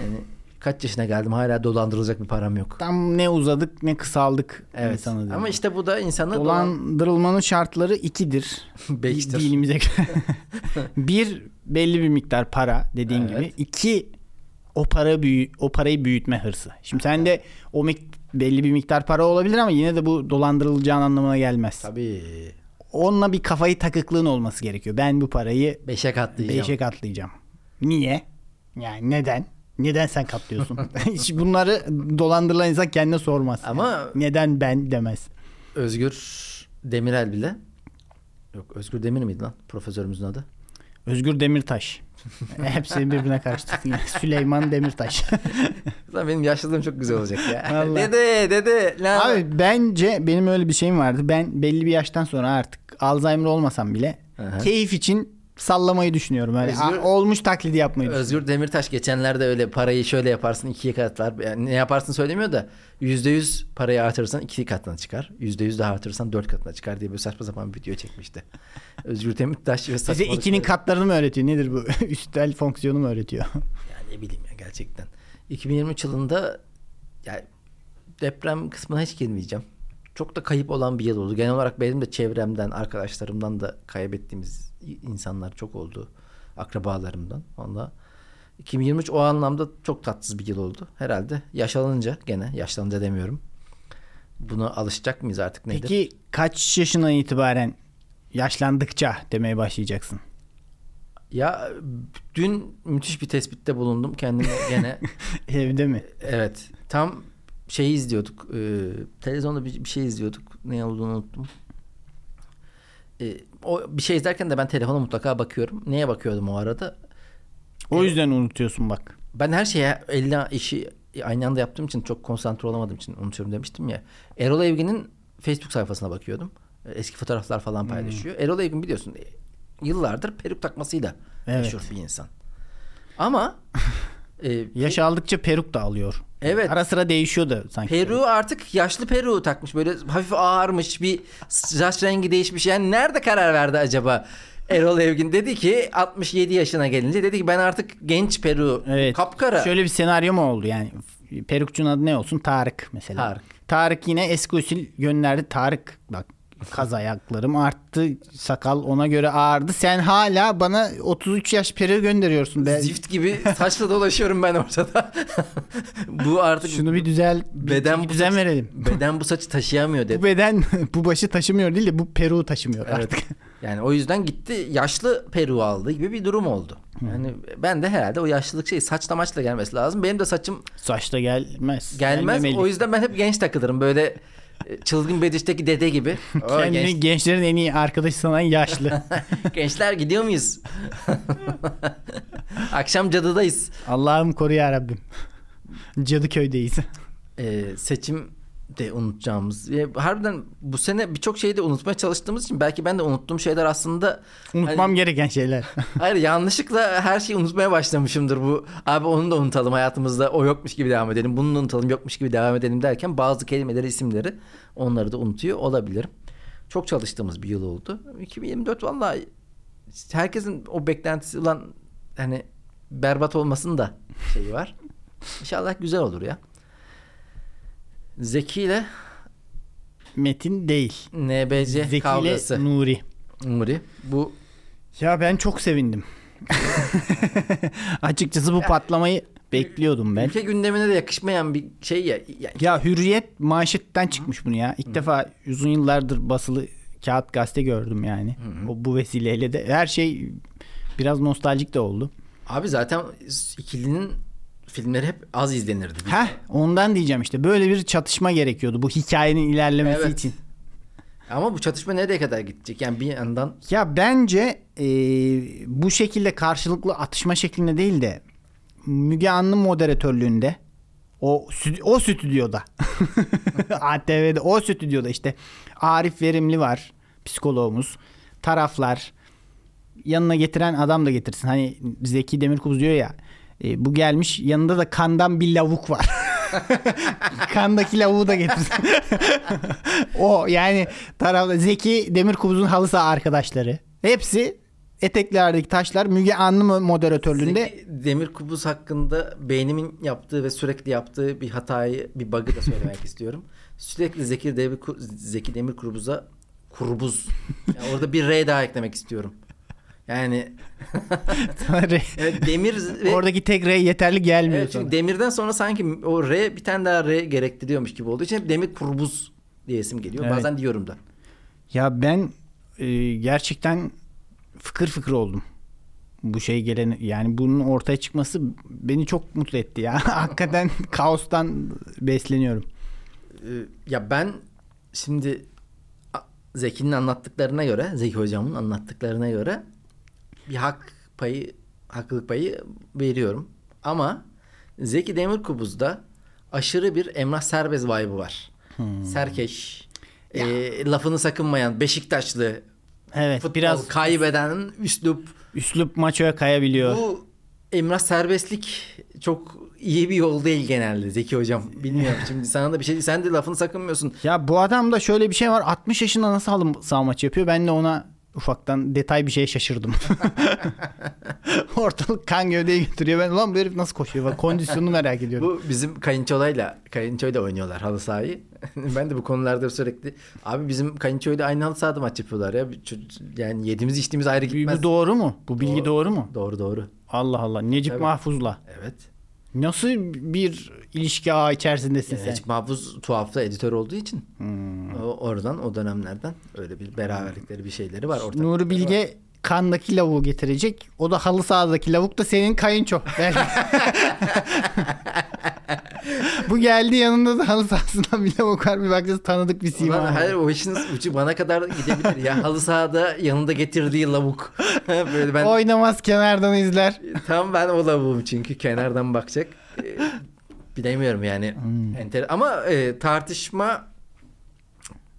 Speaker 1: Yani kaç yaşına geldim hala dolandırılacak bir param yok.
Speaker 2: Tam ne uzadık ne kısaldık evet.
Speaker 1: Evet.
Speaker 2: insanı.
Speaker 1: Ama
Speaker 2: Ama
Speaker 1: işte bu da insanı dolan...
Speaker 2: dolandırılmanın şartları ikidir.
Speaker 1: Beştir.
Speaker 2: Di- Dinimize göre. bir belli bir miktar para dediğin
Speaker 1: Evet.
Speaker 2: gibi. İki o para büyü o parayı büyütme hırsı. Şimdi sende o mik- belli bir miktar para olabilir ama yine de bu dolandırılacağın anlamına gelmez.
Speaker 1: Tabii.
Speaker 2: Onunla bir kafayı takıklığın olması gerekiyor. Ben bu parayı
Speaker 1: Beşe katlayacağım.
Speaker 2: Beşe katlayacağım. Niye? Yani neden? Neden sen katlıyorsun? Hiç bunları dolandırılan insan kendine sormaz.
Speaker 1: Ama-
Speaker 2: Yani neden ben demez.
Speaker 1: Özgür Demirel bile. Yok Özgür Demir miydi lan profesörümüzün adı?
Speaker 2: Özgür Demirtaş. Hepsini birbirine karıştırdın. ya. Süleyman Demirtaş.
Speaker 1: Lan benim yaşlılığım çok güzel olacak ya.
Speaker 2: Vallahi.
Speaker 1: dede dede. Lan.
Speaker 2: Abi bence benim öyle bir şeyim vardı. Ben belli bir yaştan sonra artık Alzheimer olmasam bile
Speaker 1: Aha.
Speaker 2: keyif için sallamayı düşünüyorum. Öyle
Speaker 1: Özgür-
Speaker 2: a- olmuş taklidi yapmayı düşünüyorum.
Speaker 1: Özgür Demirtaş geçenlerde öyle parayı şöyle yaparsın ikiye katlar. Yani ne yaparsın söylemiyor da yüzde yüz parayı artırırsan iki katına çıkar. Yüzde yüz daha artırırsan dört katına çıkar diye böyle saçma sapan bir video çekmişti. Özgür Demirtaş ve
Speaker 2: Size
Speaker 1: saçmalıkları.
Speaker 2: ikinin katlarını mı öğretiyor? Nedir bu? Üstel fonksiyonu mu öğretiyor?
Speaker 1: Yani ne bileyim ya gerçekten. 2023 yılında yani deprem kısmına hiç girmeyeceğim. Çok da kayıp olan bir yıl oldu. Genel olarak benim de çevremden, arkadaşlarımdan da kaybettiğimiz insanlar çok oldu. Akrabalarımdan. Valla 2023 o anlamda çok tatsız bir yıl oldu. Herhalde yaşlanınca gene yaşlanınca demiyorum. Buna alışacak mıyız artık nedir?
Speaker 2: Peki kaç yaşından itibaren yaşlandıkça demeye başlayacaksın?
Speaker 1: Ya dün müthiş bir tespitte bulundum kendime gene.
Speaker 2: Evde mi?
Speaker 1: Evet. Tam şey izliyorduk. e, televizyonda bir, bir şey izliyorduk. Ne olduğunu unuttum. E, o bir şey izlerken de ben telefona mutlaka bakıyorum. Neye bakıyordum o arada?
Speaker 2: O yüzden unutuyorsun bak.
Speaker 1: Ben her şeye elle işi aynı anda yaptığım için çok konsantre olamadığım için unutuyorum demiştim ya. Erol Evgin'in Facebook sayfasına bakıyordum. E, Eski fotoğraflar falan paylaşıyor. Erol Evgin biliyorsun e, yıllardır peruk takmasıyla
Speaker 2: Evet.
Speaker 1: meşhur bir insan. Ama e,
Speaker 2: Yaş aldıkça peruk da alıyor.
Speaker 1: Evet.
Speaker 2: Ara sıra değişiyordu sanki.
Speaker 1: Peru artık yaşlı Peru takmış. Böyle hafif ağarmış bir saç rengi değişmiş. Yani nerede karar verdi acaba? Erol Evgin dedi ki 67 yaşına gelince dedi ki ben artık genç Peru
Speaker 2: Evet.
Speaker 1: kapkara.
Speaker 2: Şöyle bir senaryo mu oldu yani? F- Perukçunun adı ne olsun? Tarık mesela.
Speaker 1: Tarık.
Speaker 2: Tarık yine eski usul gönderdi. Tarık bak kaz ayaklarım arttı. Sakal ona göre ağırdı. Sen hala bana 33 yaş peruğu gönderiyorsun. Be.
Speaker 1: Zift gibi saçla dolaşıyorum ben ortada. bu artık
Speaker 2: Şunu bir düzel bir-
Speaker 1: Beden
Speaker 2: bir düzen
Speaker 1: bu-
Speaker 2: verelim.
Speaker 1: beden bu saçı taşıyamıyor dedi.
Speaker 2: Bu beden bu başı taşımıyor değil de bu peruğu taşımıyor
Speaker 1: Evet.
Speaker 2: artık.
Speaker 1: Yani o yüzden gitti yaşlı Peru aldı gibi bir durum oldu. Yani ben de herhalde o yaşlılık şey saçla maçla gelmesi lazım. Benim de saçım
Speaker 2: Saçta gelmez.
Speaker 1: gelmez.
Speaker 2: Gelmemeli.
Speaker 1: O yüzden ben hep genç takılırım. Böyle e, çılgın bedişteki dede gibi. O
Speaker 2: Kendini
Speaker 1: genç-
Speaker 2: gençlerin en iyi arkadaşı sanan yaşlı.
Speaker 1: gençler gidiyor muyuz? Akşam cadıdayız.
Speaker 2: Allah'ım koru ya Rabbim. Cadıköy'deyiz.
Speaker 1: Ee, seçim de unutacağımız. Ee, harbiden bu sene birçok şeyi de unutmaya çalıştığımız için belki ben de unuttuğum şeyler aslında
Speaker 2: Unutmam
Speaker 1: Hani-
Speaker 2: gereken şeyler.
Speaker 1: Hayır yanlışlıkla her şeyi unutmaya başlamışımdır bu. Abi onu da unutalım hayatımızda o yokmuş gibi devam edelim. Bunu da unutalım yokmuş gibi devam edelim derken bazı kelimeleri isimleri onları da unutuyor olabilirim. Çok çalıştığımız bir yıl oldu. 2024 vallahi herkesin o beklentisi olan hani berbat olmasın da şeyi var. İnşallah güzel olur ya. Zeki ile
Speaker 2: Metin değil.
Speaker 1: NBC
Speaker 2: Zeki
Speaker 1: Eh, kavgası.
Speaker 2: ile Nuri.
Speaker 1: Nuri. Bu
Speaker 2: Ya ben çok sevindim. Açıkçası bu patlamayı bekliyordum ben.
Speaker 1: ülke gündemine de yakışmayan bir şey ya. Yani
Speaker 2: Ya Hürriyet manşetten çıkmış bunu ya. İlk defa uzun yıllardır basılı kağıt gazete gördüm yani. O bu vesileyle de her şey biraz nostaljik de oldu.
Speaker 1: Abi zaten ikilinin filmleri hep az izlenirdi.
Speaker 2: Heh ondan diyeceğim işte böyle bir çatışma gerekiyordu bu hikayenin ilerlemesi
Speaker 1: Evet.
Speaker 2: için.
Speaker 1: Ama bu çatışma nereye kadar gidecek? Yani bir yandan
Speaker 2: Ya bence e, bu şekilde karşılıklı atışma şeklinde değil de Müge Anlı moderatörlüğünde o stü- o stüdyoda ATV'de o stüdyoda işte Arif Verimli var psikoloğumuz taraflar yanına getiren adam da getirsin hani Zeki Demirkubuz diyor ya e, bu gelmiş yanında da kandan bir lavuk var kandaki lavuğu da getirsin o yani tarafta Zeki Demirkubuz'un halı saha arkadaşları. Hepsi eteklerdeki taşlar Müge Anlı moderatörlüğünde
Speaker 1: Zeki Demir Kubuz hakkında beynimin yaptığı ve sürekli yaptığı bir hatayı, bir bug'ı da söylemek istiyorum. Sürekli Zeki Demir, Ku- Zeki Demir Kubuz'a kurbuz. Yani orada bir R daha eklemek istiyorum. Yani evet, demir ve
Speaker 2: oradaki tek rey yeterli gelmiyor
Speaker 1: Evet, çünkü
Speaker 2: sana.
Speaker 1: demirden sonra sanki o R bir tane daha R gerektiriyormuş gibi olduğu için hep demir kurbuz diyesim geliyor.
Speaker 2: Evet.
Speaker 1: Bazen diyorum da.
Speaker 2: Ya ben e, gerçekten fıkır fıkır oldum. Bu şey gelen yani bunun ortaya çıkması beni çok mutlu etti ya. Hakikaten kaostan besleniyorum.
Speaker 1: Ee, ya ben şimdi a- Zeki'nin anlattıklarına göre, Zeki hocamın anlattıklarına göre bir hak payı, haklılık payı veriyorum. Ama Zeki Demirkubuz'da aşırı bir Emrah Serbez vibe'ı var.
Speaker 2: Hmm.
Speaker 1: Serkeş, e, lafını sakınmayan, Beşiktaşlı,
Speaker 2: Evet
Speaker 1: futbol
Speaker 2: biraz
Speaker 1: kaybeden üslup.
Speaker 2: üslup maçoya kayabiliyor.
Speaker 1: Bu Emrah Serbestlik çok iyi bir yol değil genelde Zeki hocam. Bilmiyorum şimdi sana da bir şey sen de lafını sakınmıyorsun.
Speaker 2: Ya bu adamda şöyle bir şey var. 60 yaşında nasıl halı saha maçı yapıyor? Ben de ona ufaktan detay bir şeye şaşırdım. Ortalık kan gövdeye götürüyor. Ben ulan bu herif nasıl koşuyor? Bak, kondisyonunu merak ediyorum.
Speaker 1: Bu bizim kayınçolayla kayınçoyla oynuyorlar halı sahayı. ben de bu konularda sürekli abi bizim kayınçoyla aynı halı sahada maç yapıyorlar ya. Çocuk- Yani yediğimiz içtiğimiz ayrı
Speaker 2: Bu,
Speaker 1: gitmez.
Speaker 2: doğru mu? Bu bilgi
Speaker 1: Doğru.
Speaker 2: doğru, mu?
Speaker 1: doğru doğru.
Speaker 2: Allah Allah. Necip
Speaker 1: Tabii.
Speaker 2: Mahfuz'la.
Speaker 1: Evet.
Speaker 2: Nasıl bir ilişki ağı içerisindesin sen?
Speaker 1: Necip Mahfuz tuhafta editör olduğu için o, oradan o dönemlerden öyle bir beraberlikleri bir şeyleri var. ortak.
Speaker 2: Nuri Bilge kandaki lavuğu getirecek. O da halı sahadaki lavuk da senin kayınço. Belki. Bu geldi yanında da halı sahasından bir lavuk var. Bir bakacağız tanıdık bir sima.
Speaker 1: Ulan
Speaker 2: var.
Speaker 1: hayır o işin ucu bana kadar gidebilir. ya halı sahada yanında getirdiği lavuk. Böyle ben
Speaker 2: Oynamaz kenardan izler.
Speaker 1: tam ben o lavuğum çünkü kenardan bakacak. Ee, Bilemiyorum yani.
Speaker 2: Hmm.
Speaker 1: Enter ama e, tartışma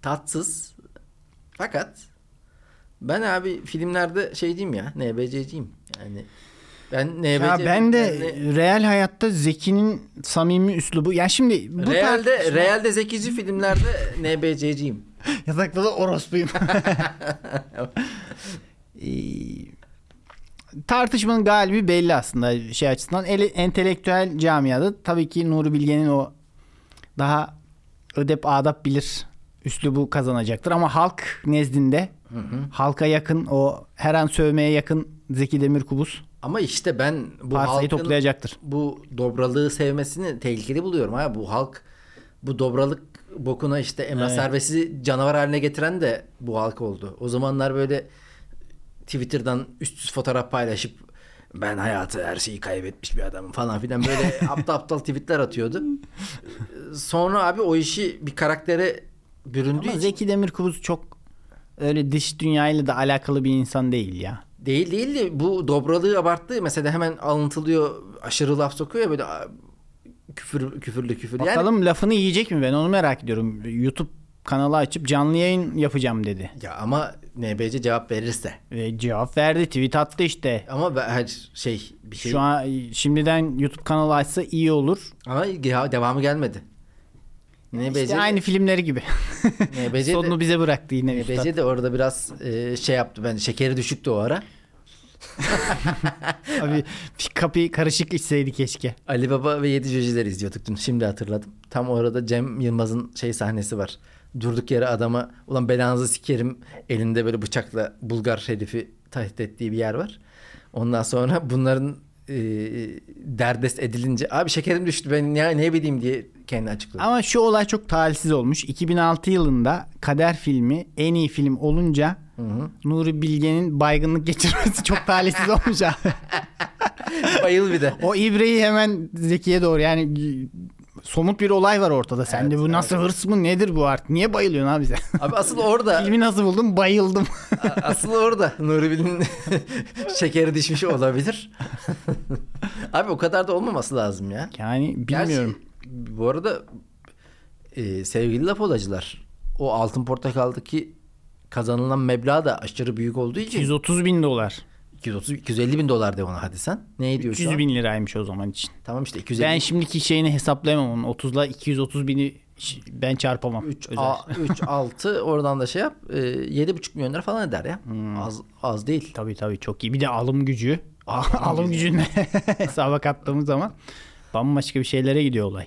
Speaker 1: tatsız. Fakat ben abi filmlerde şey diyeyim ya NBC'ciyim. Yani ben NBC
Speaker 2: Ya ben de
Speaker 1: filmlerini-
Speaker 2: real hayatta Zeki'nin samimi üslubu. Ya şimdi bu
Speaker 1: Real'de,
Speaker 2: tartışma-
Speaker 1: Real'de zekici filmlerde NBC'ciyim.
Speaker 2: Yatakta da orospuyum. Ee, Tartışmanın galibi belli aslında şey açısından. Ele, entelektüel camiada tabii ki Nuri Bilge'nin o daha ödep adap bilir üslubu kazanacaktır. Ama halk nezdinde halka yakın o her an sövmeye yakın Zeki Demirkubuz
Speaker 1: Ama işte ben bu
Speaker 2: parsayı
Speaker 1: halkın
Speaker 2: toplayacaktır.
Speaker 1: bu dobralığı sevmesini tehlikeli buluyorum. Ha bu halk bu dobralık bokuna işte Emrah
Speaker 2: Evet.
Speaker 1: Serbest'i canavar haline getiren de bu halk oldu. O zamanlar böyle Twitter'dan üstsüz fotoğraf paylaşıp ben hayatı her şeyi kaybetmiş bir adamım falan filan böyle aptal aptal tweetler atıyordu. Sonra abi o işi bir karaktere büründüğü
Speaker 2: Ama
Speaker 1: için
Speaker 2: Zeki Demirkubuz çok öyle dış dünyayla da alakalı bir insan değil ya.
Speaker 1: Değil değil de bu dobralığı abarttı. Mesela hemen alıntılıyor, aşırı laf sokuyor ya böyle a- küfür küfürlü küfür. Yani
Speaker 2: Bakalım lafını yiyecek mi ben onu merak ediyorum. YouTube kanalı açıp canlı yayın yapacağım dedi.
Speaker 1: ya ama NBC cevap verirse.
Speaker 2: Ve cevap verdi tweet attı işte.
Speaker 1: Ama ben- her şey bir şey.
Speaker 2: Şu an şimdiden YouTube kanalı açsa iyi olur.
Speaker 1: Ama ya- devamı gelmedi. NBC
Speaker 2: İşte aynı filmleri gibi.
Speaker 1: NBC de,
Speaker 2: Sonunu bize bıraktı yine üstad.
Speaker 1: NBC de orada biraz e, şey yaptı ben şekeri düşüktü o ara.
Speaker 2: Abi bir kapıyı karışık içseydi keşke.
Speaker 1: Ali Baba ve Yedi Cüceler izliyorduk dün. Şimdi hatırladım. Tam orada Cem Yılmaz'ın şey sahnesi var. Durduk yere adama ulan belanızı sikerim elinde böyle bıçakla Bulgar herifi tahdit ettiği bir yer var. Ondan sonra bunların e, derdest edilince abi şekerim düştü ben ya ne bileyim diye kendi açıkladı.
Speaker 2: Ama şu olay çok talihsiz olmuş. 2006 yılında Kader filmi en iyi film olunca Nuri Bilge'nin baygınlık geçirmesi çok talihsiz olmuş abi.
Speaker 1: Bayıl bir de.
Speaker 2: O ibreyi hemen Zeki'ye doğru yani y- somut bir olay var ortada. Sen de bu nasıl hırs mı nedir bu artık? Niye bayılıyorsun abi sen?
Speaker 1: Abi asıl orada
Speaker 2: Filmi nasıl buldun? Bayıldım.
Speaker 1: a- asıl orada Nuri Bilge'nin şekeri düşmüş olabilir. abi o kadar da olmaması lazım ya.
Speaker 2: yani
Speaker 1: Gerçi
Speaker 2: bilmiyorum.
Speaker 1: bu arada e, sevgili laf olacılar o altın portakaldaki kazanılan meblağ da aşırı büyük olduğu için
Speaker 2: 130 bin dolar.
Speaker 1: 230 250 bin dolar de ona hadi sen. Ne diyor şu
Speaker 2: 300
Speaker 1: an?
Speaker 2: bin liraymış o zaman için.
Speaker 1: Tamam işte 250
Speaker 2: Ben şimdiki şeyini hesaplayamam. Onun 30'la 230 bini ş- ben çarpamam.
Speaker 1: 3
Speaker 2: Özel.
Speaker 1: a, 3 6 oradan da şey yap. E, 7,5 milyon lira falan eder ya.
Speaker 2: Hmm.
Speaker 1: Az az değil.
Speaker 2: Tabii tabii çok iyi. Bir de alım gücü. alım gücünü hesaba kattığımız zaman bambaşka bir şeylere gidiyor olay.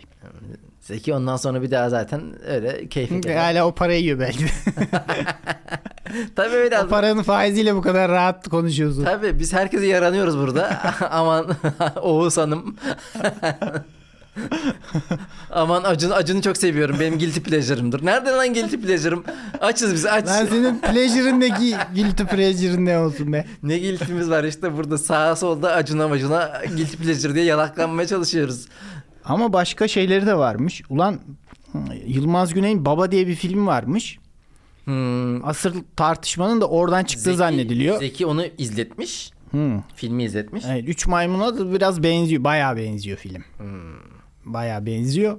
Speaker 1: Zeki ondan sonra bir daha zaten öyle keyfi. gel.
Speaker 2: Hala o parayı yiyor belki de.
Speaker 1: Tabii öyle.
Speaker 2: o paranın faiziyle bu kadar rahat konuşuyorsun.
Speaker 1: Tabii biz herkese yaranıyoruz burada. Aman Oğuz Hanım. Aman Acun, Acun'u çok seviyorum. Benim guilty pleasure'ımdır. Nereden lan guilty pleasure'ım? Açız biz aç.
Speaker 2: Lan senin pleasure'ın ne ki guilty pleasure'ın ne olsun be.
Speaker 1: Ne guilty'miz var işte burada sağa solda Acun'a Macun'a guilty pleasure diye yalaklanmaya çalışıyoruz.
Speaker 2: Ama başka şeyleri de varmış. Ulan Yılmaz Güney'in Baba diye bir film varmış.
Speaker 1: Hmm,
Speaker 2: Asıl tartışmanın da oradan çıktığı zannediliyor.
Speaker 1: Zeki onu izletmiş.
Speaker 2: Hmm.
Speaker 1: Filmi izletmiş.
Speaker 2: Evet, Üç Maymun'a da biraz benziyor. Bayağı benziyor film.
Speaker 1: Hmm.
Speaker 2: Bayağı benziyor.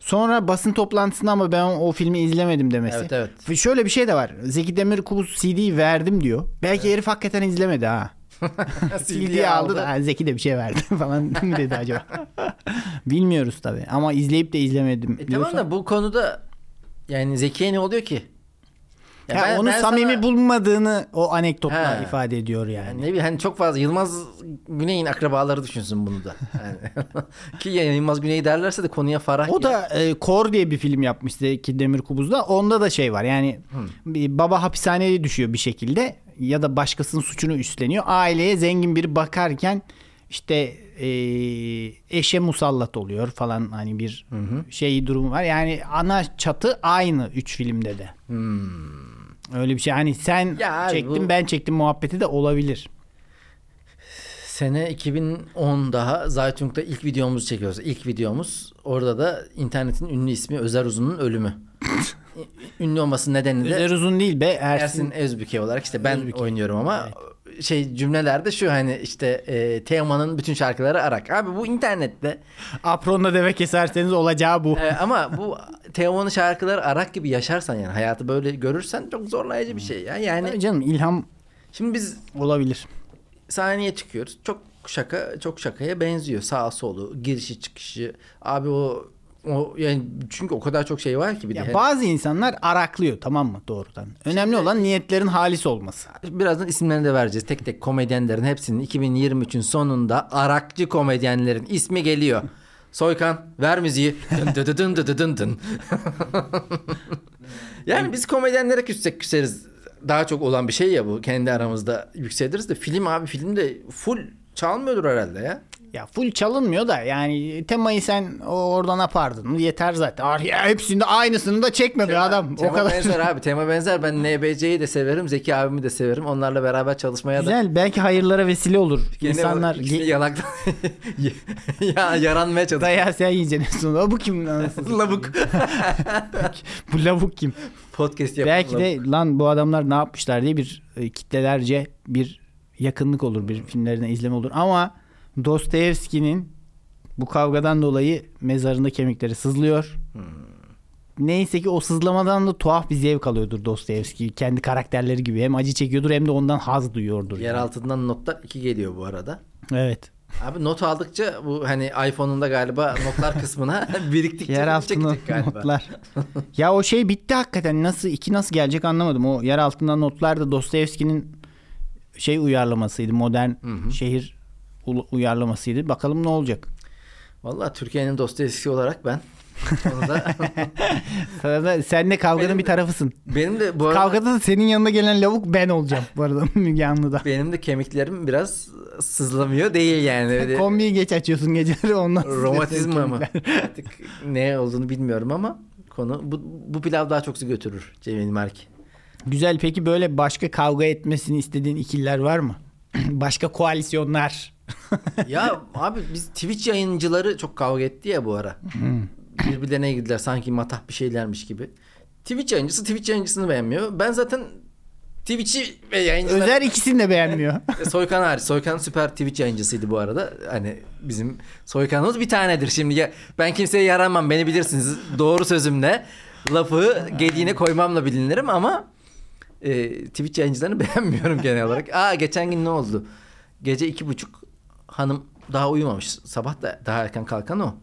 Speaker 2: Sonra basın toplantısında ama ben o filmi izlemedim demesi.
Speaker 1: Evet, evet.
Speaker 2: Ve Şöyle bir şey de var. Zeki Demirkubuz CD'yi verdim diyor. Belki herif hakikaten izlemedi ha. CD'yi aldı
Speaker 1: E,
Speaker 2: da "Ha, Zeki de bir şey verdi falan mı dedi acaba? Bilmiyoruz tabii ama izleyip de izlemedim.
Speaker 1: E
Speaker 2: diyorsa-
Speaker 1: tamam da bu konuda yani Zeki'ye ne oluyor ki? Ya
Speaker 2: Ya
Speaker 1: ben-
Speaker 2: onun
Speaker 1: ben
Speaker 2: samimi
Speaker 1: sana-
Speaker 2: bulmadığını o anekdotla
Speaker 1: He.
Speaker 2: ifade ediyor yani.
Speaker 1: Yani ne bileyim hani çok fazla Yılmaz Güney'in akrabaları düşünsün bunu da. Yani. Ki yani Yılmaz Güney derlerse de konuya Farah.
Speaker 2: O da e, Kor diye bir film yapmış Zeki Demirkubuz'da. Onda da şey var yani
Speaker 1: Hmm.
Speaker 2: bir baba hapishaneye düşüyor bir şekilde ya da başkasının suçunu üstleniyor. Aileye zengin biri bakarken işte e, eşe musallat oluyor falan hani bir şey durumu var. Yani ana çatı aynı 3 filmde de. Öyle bir şey hani sen
Speaker 1: Hmm. Ya abi
Speaker 2: çektin
Speaker 1: bu-
Speaker 2: ben çektim muhabbeti de olabilir.
Speaker 1: Sene 2010 daha Zaytung'da ilk videomuzu çekiyoruz. İlk videomuz orada da internetin ünlü ismi Özer Uzun'un ölümü. ünlü olması nedeni de
Speaker 2: Özer Uzun değil be
Speaker 1: Ersin
Speaker 2: Ersin
Speaker 1: Özbüke olarak işte ben oynuyorum ama şey cümlelerde şu hani işte e, Teoman'ın bütün şarkıları Arak. Abi bu internette
Speaker 2: Apron'la deve keserseniz olacağı bu.
Speaker 1: Ee, ama bu Teoman'ın şarkıları arak gibi yaşarsan yani hayatı böyle görürsen çok zorlayıcı bir şey ya. Yani
Speaker 2: Canım ilham
Speaker 1: şimdi biz
Speaker 2: olabilir.
Speaker 1: sahneye çıkıyoruz. Çok şaka çok şakaya benziyor. Sağ solu, girişi çıkışı. Abi o o yani çünkü o kadar çok şey var ki bir de.
Speaker 2: Ya
Speaker 1: Hani
Speaker 2: bazı insanlar araklıyor tamam mı doğrudan. Önemli olan niyetlerin halis olması.
Speaker 1: Birazdan isimlerini de vereceğiz. Tek tek komedyenlerin hepsinin 2023'ün sonunda Arakçı komedyenlerin ismi geliyor. Soykan ver müziği. Dın dı dı dın dı dı dın dın. yani biz komedyenlere küssek küseriz. Daha çok olan bir şey ya bu. Kendi aramızda yükseliriz de film abi film de full çalmıyordur herhalde ya.
Speaker 2: Ya full çalınmıyor da yani temayı sen o- oradan apardın. mı Yeter zaten. Ah, ya hepsinde aynısını da çekme be adam.
Speaker 1: Tema
Speaker 2: o kadar.
Speaker 1: benzer abi. Tema benzer. Ben NBC'yi de severim. Zeki abimi de severim. Onlarla beraber çalışmaya da
Speaker 2: Güzel belki hayırlara vesile olur.
Speaker 1: Gene o
Speaker 2: İnsanlar
Speaker 1: ikisini
Speaker 2: ge-
Speaker 1: yalaktan ya, yaranmaya çalışıyor.
Speaker 2: dayağı sen yiyeceksin. sonra. Bu kim lan?
Speaker 1: Lavuk.
Speaker 2: Bu lavuk kim?
Speaker 1: Podcast yapalım.
Speaker 2: belki de lan bu adamlar ne yapmışlar diye bir e, kitlelerce bir yakınlık olur. Bir filmlerine izleme olur. Ama Dostoyevski'nin bu kavgadan dolayı mezarında kemikleri sızlıyor. Neyse ki o sızlamadan da tuhaf bir zevk alıyordur Dostoyevski. Kendi karakterleri gibi. Hem acı çekiyordur hem de ondan haz duyuyordur.
Speaker 1: Yer altından notlar 2 geliyor bu arada.
Speaker 2: Evet.
Speaker 1: Abi not aldıkça bu hani iPhone'un da galiba notlar kısmına biriktikçe
Speaker 2: Yer
Speaker 1: film
Speaker 2: altından
Speaker 1: çekecek galiba.
Speaker 2: notlar. ya o şey bitti hakikaten. Nasıl iki nasıl gelecek anlamadım. O yer altından notlar da Dostoyevski'nin şey uyarlamasıydı. Modern şehir u- uyarlamasıydı. Bakalım ne olacak.
Speaker 1: Valla Türkiye'nin Dostoyevski olarak ben onu da
Speaker 2: Sana da- sen de kavganın
Speaker 1: Benim
Speaker 2: bir
Speaker 1: de-
Speaker 2: tarafısın.
Speaker 1: benim de bu arada
Speaker 2: Kavgada da senin yanına gelen lavuk ben olacağım bu arada Müge Anlı'da.
Speaker 1: benim de kemiklerim biraz sızlamıyor değil yani. Öyle-
Speaker 2: Kombiyi geç açıyorsun geceleri ondan.
Speaker 1: Romatizma mı?
Speaker 2: sızlıyorsun.
Speaker 1: Artık ne olduğunu bilmiyorum ama konu bu, bu pilav daha çok su götürür Cemil Mark.
Speaker 2: Güzel peki böyle başka kavga etmesini istediğin ikililer var mı? başka koalisyonlar.
Speaker 1: ya abi biz Twitch yayıncıları çok kavga etti ya bu ara. Birbirlerine girdiler sanki matah bir şeylermiş gibi. Twitch yayıncısı Twitch yayıncısını beğenmiyor. Ben zaten Twitch'i ve yayıncıları...
Speaker 2: Özer ikisini de beğenmiyor.
Speaker 1: E, Soykan hariç. Soykan süper Twitch yayıncısıydı bu arada. Hani bizim Soykan'ımız bir tanedir. Şimdi ya, ben kimseye yaranmam. Beni bilirsiniz. Doğru sözümle lafı gediğine koymamla bilinirim ama e, Twitch yayıncılarını beğenmiyorum genel olarak. Aa geçen gün ne oldu? Gece iki buçuk hanım daha uyumamış. Sabah da daha erken kalkan o.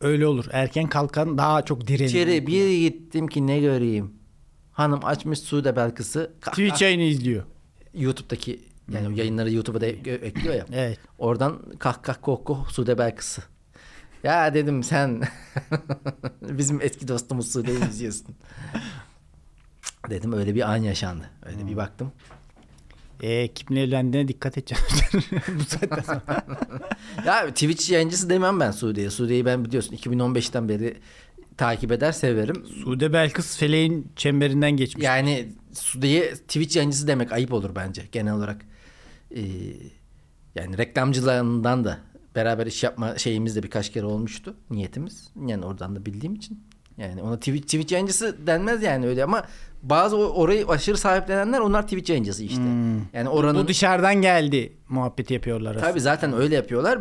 Speaker 2: Öyle olur. Erken kalkan daha çok direnir.
Speaker 1: İçeri bir gittim ki ne göreyim. Hanım açmış Sude Belkıs'ı. Kah-
Speaker 2: Twitch yayını izliyor.
Speaker 1: YouTube'daki yani o yayınları YouTube'a da e- ekliyor ya.
Speaker 2: Evet.
Speaker 1: Oradan kah kah koh koh Sude Belkıs'ı. Ya dedim sen bizim eski dostumuz Sude'yi izliyorsun. dedim öyle bir an yaşandı. Öyle bir baktım.
Speaker 2: E, kimle evlendiğine dikkat edeceğim. Bu saatten sonra.
Speaker 1: Ya Twitch yayıncısı demem ben Sude'ye. Sude'yi ben biliyorsun 2015'ten beri takip eder severim.
Speaker 2: Sude Belkıs feleğin çemberinden geçmiş.
Speaker 1: Yani Sude'ye Twitch yayıncısı demek ayıp olur bence genel olarak. Ee, yani reklamcılarından da beraber iş yapma şeyimiz de birkaç kere olmuştu niyetimiz. Yani oradan da bildiğim için. Yani ona Twitch, Twitch yayıncısı denmez yani öyle ama bazı o- orayı aşırı sahiplenenler onlar Twitch yayıncısı işte. Yani oranın
Speaker 2: Hmm. Bu dışarıdan geldi muhabbeti yapıyorlar aslında.
Speaker 1: Tabii zaten öyle yapıyorlar.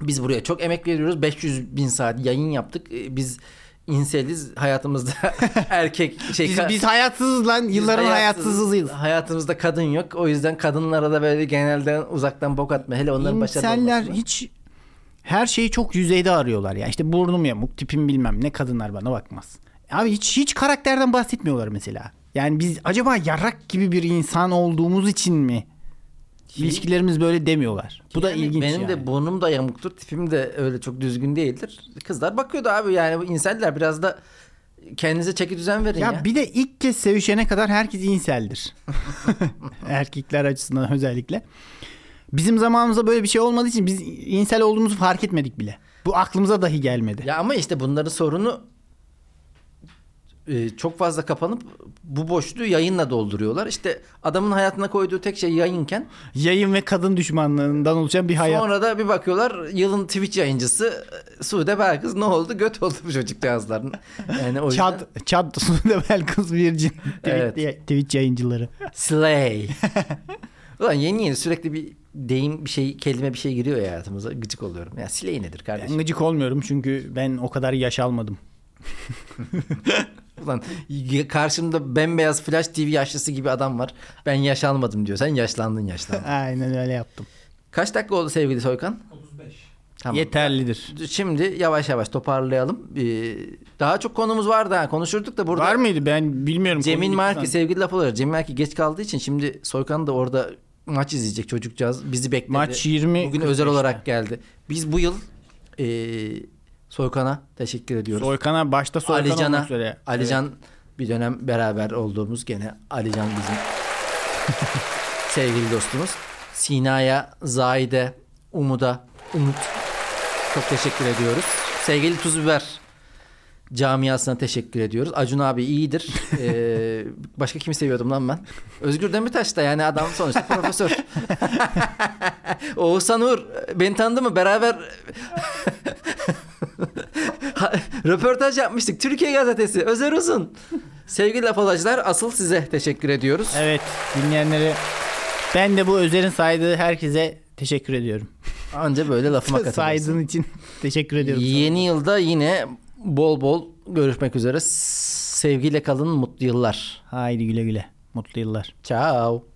Speaker 1: Biz buraya çok emek veriyoruz. 500 bin saat yayın yaptık. Ee, Biz inseliz hayatımızda erkek şey
Speaker 2: Biz,
Speaker 1: ka-
Speaker 2: biz hayatsızız lan. Yılların
Speaker 1: biz
Speaker 2: hayatsızıyız.
Speaker 1: Hayatımızda kadın yok. O yüzden kadınlara da böyle genelden uzaktan bok atma. Hele onların başarılı
Speaker 2: İnseller
Speaker 1: olmasına.
Speaker 2: hiç her şeyi çok yüzeyde arıyorlar ya. İşte burnum yamuk, tipim bilmem ne kadınlar bana bakmaz. Abi hiç hiç karakterden bahsetmiyorlar mesela. Yani biz acaba yarrak gibi bir insan olduğumuz için mi? İlişkilerimiz böyle demiyorlar. Bu da
Speaker 1: Yani
Speaker 2: ilginç
Speaker 1: Benim
Speaker 2: yani.
Speaker 1: de burnum da yamuktur. Tipim de öyle çok düzgün değildir. Kızlar bakıyordu abi yani bu inseller biraz da kendinize çeki düzen verin ya.
Speaker 2: ya bir de ilk kez sevişene kadar herkes inseldir. Erkekler açısından özellikle. Bizim zamanımızda böyle bir şey olmadığı için biz insel olduğumuzu fark etmedik bile. Bu aklımıza dahi gelmedi.
Speaker 1: Ya ama işte bunların sorunu e, çok fazla kapanıp bu boşluğu yayınla dolduruyorlar. İşte adamın hayatına koyduğu tek şey yayınken
Speaker 2: Yayın ve kadın düşmanlığından oluşan bir hayat.
Speaker 1: sonra da bir bakıyorlar yılın Twitch yayıncısı e, Sude Belkıs ne oldu? Göt oldu bu çocukcağızların. Yani o yüzden
Speaker 2: Çad, Çad Sudebel Kız Virgin tweet,
Speaker 1: Evet.
Speaker 2: diye- Twitch yayıncıları.
Speaker 1: Slay. Ulan yeni yeni sürekli bir deyim bir şey kelime bir şey giriyor ya hayatımıza gıcık oluyorum. Ya slay nedir kardeşim?
Speaker 2: Ben gıcık olmuyorum çünkü ben o kadar yaş almadım.
Speaker 1: Ulan y- karşımda bembeyaz flash TV yaşlısı gibi adam var. Ben yaşlanmadım diyor. Sen yaşlandın yaşlandın.
Speaker 2: Aynen öyle yaptım.
Speaker 1: Kaç dakika oldu sevgili Soykan?
Speaker 3: 35.
Speaker 1: Tamam.
Speaker 2: Yeterlidir.
Speaker 1: Şimdi yavaş yavaş toparlayalım. Ee, daha çok konumuz vardı ha. Konuşurduk da burada.
Speaker 2: Var mıydı ben bilmiyorum. Konu
Speaker 1: Cemil
Speaker 2: gitti
Speaker 1: Marki
Speaker 2: sandım.
Speaker 1: sevgili laf olarak Cemil Marki geç kaldığı için şimdi Soykan da orada maç izleyecek çocukcağız. Bizi bekledi.
Speaker 2: Maç 20
Speaker 1: Bugün özel olarak geldi. Biz bu yıl e, Soykan'a teşekkür ediyoruz.
Speaker 2: Soykan'a başta Soykan
Speaker 1: Alican'a.
Speaker 2: olmak üzere.
Speaker 1: Alican bir dönem beraber olduğumuz gene Alican bizim sevgili dostumuz. Sina'ya, Zahide, Umut'a, Umut çok teşekkür ediyoruz. Sevgili Tuz Biber camiasına teşekkür ediyoruz. Acun abi iyidir. Ee, başka kimi seviyordum lan ben? Özgür Demirtaş da yani adam sonuçta profesör. Oğuzhan Uğur beni tanıdı mı? Beraber Ha, röportaj yapmıştık. Türkiye Gazetesi. Özer Uzun. Sevgili lafolacılar asıl size teşekkür ediyoruz.
Speaker 2: Evet dinleyenlere ben de bu Özer'in saydığı herkese teşekkür ediyorum.
Speaker 1: Anca böyle lafıma katılıyorsun.
Speaker 2: Saydığın için teşekkür ediyorum. sana.
Speaker 1: Yeni yılda yine bol bol görüşmek üzere. S- Sevgiyle kalın, mutlu yıllar.
Speaker 2: Haydi güle güle. Mutlu yıllar.
Speaker 1: Ciao.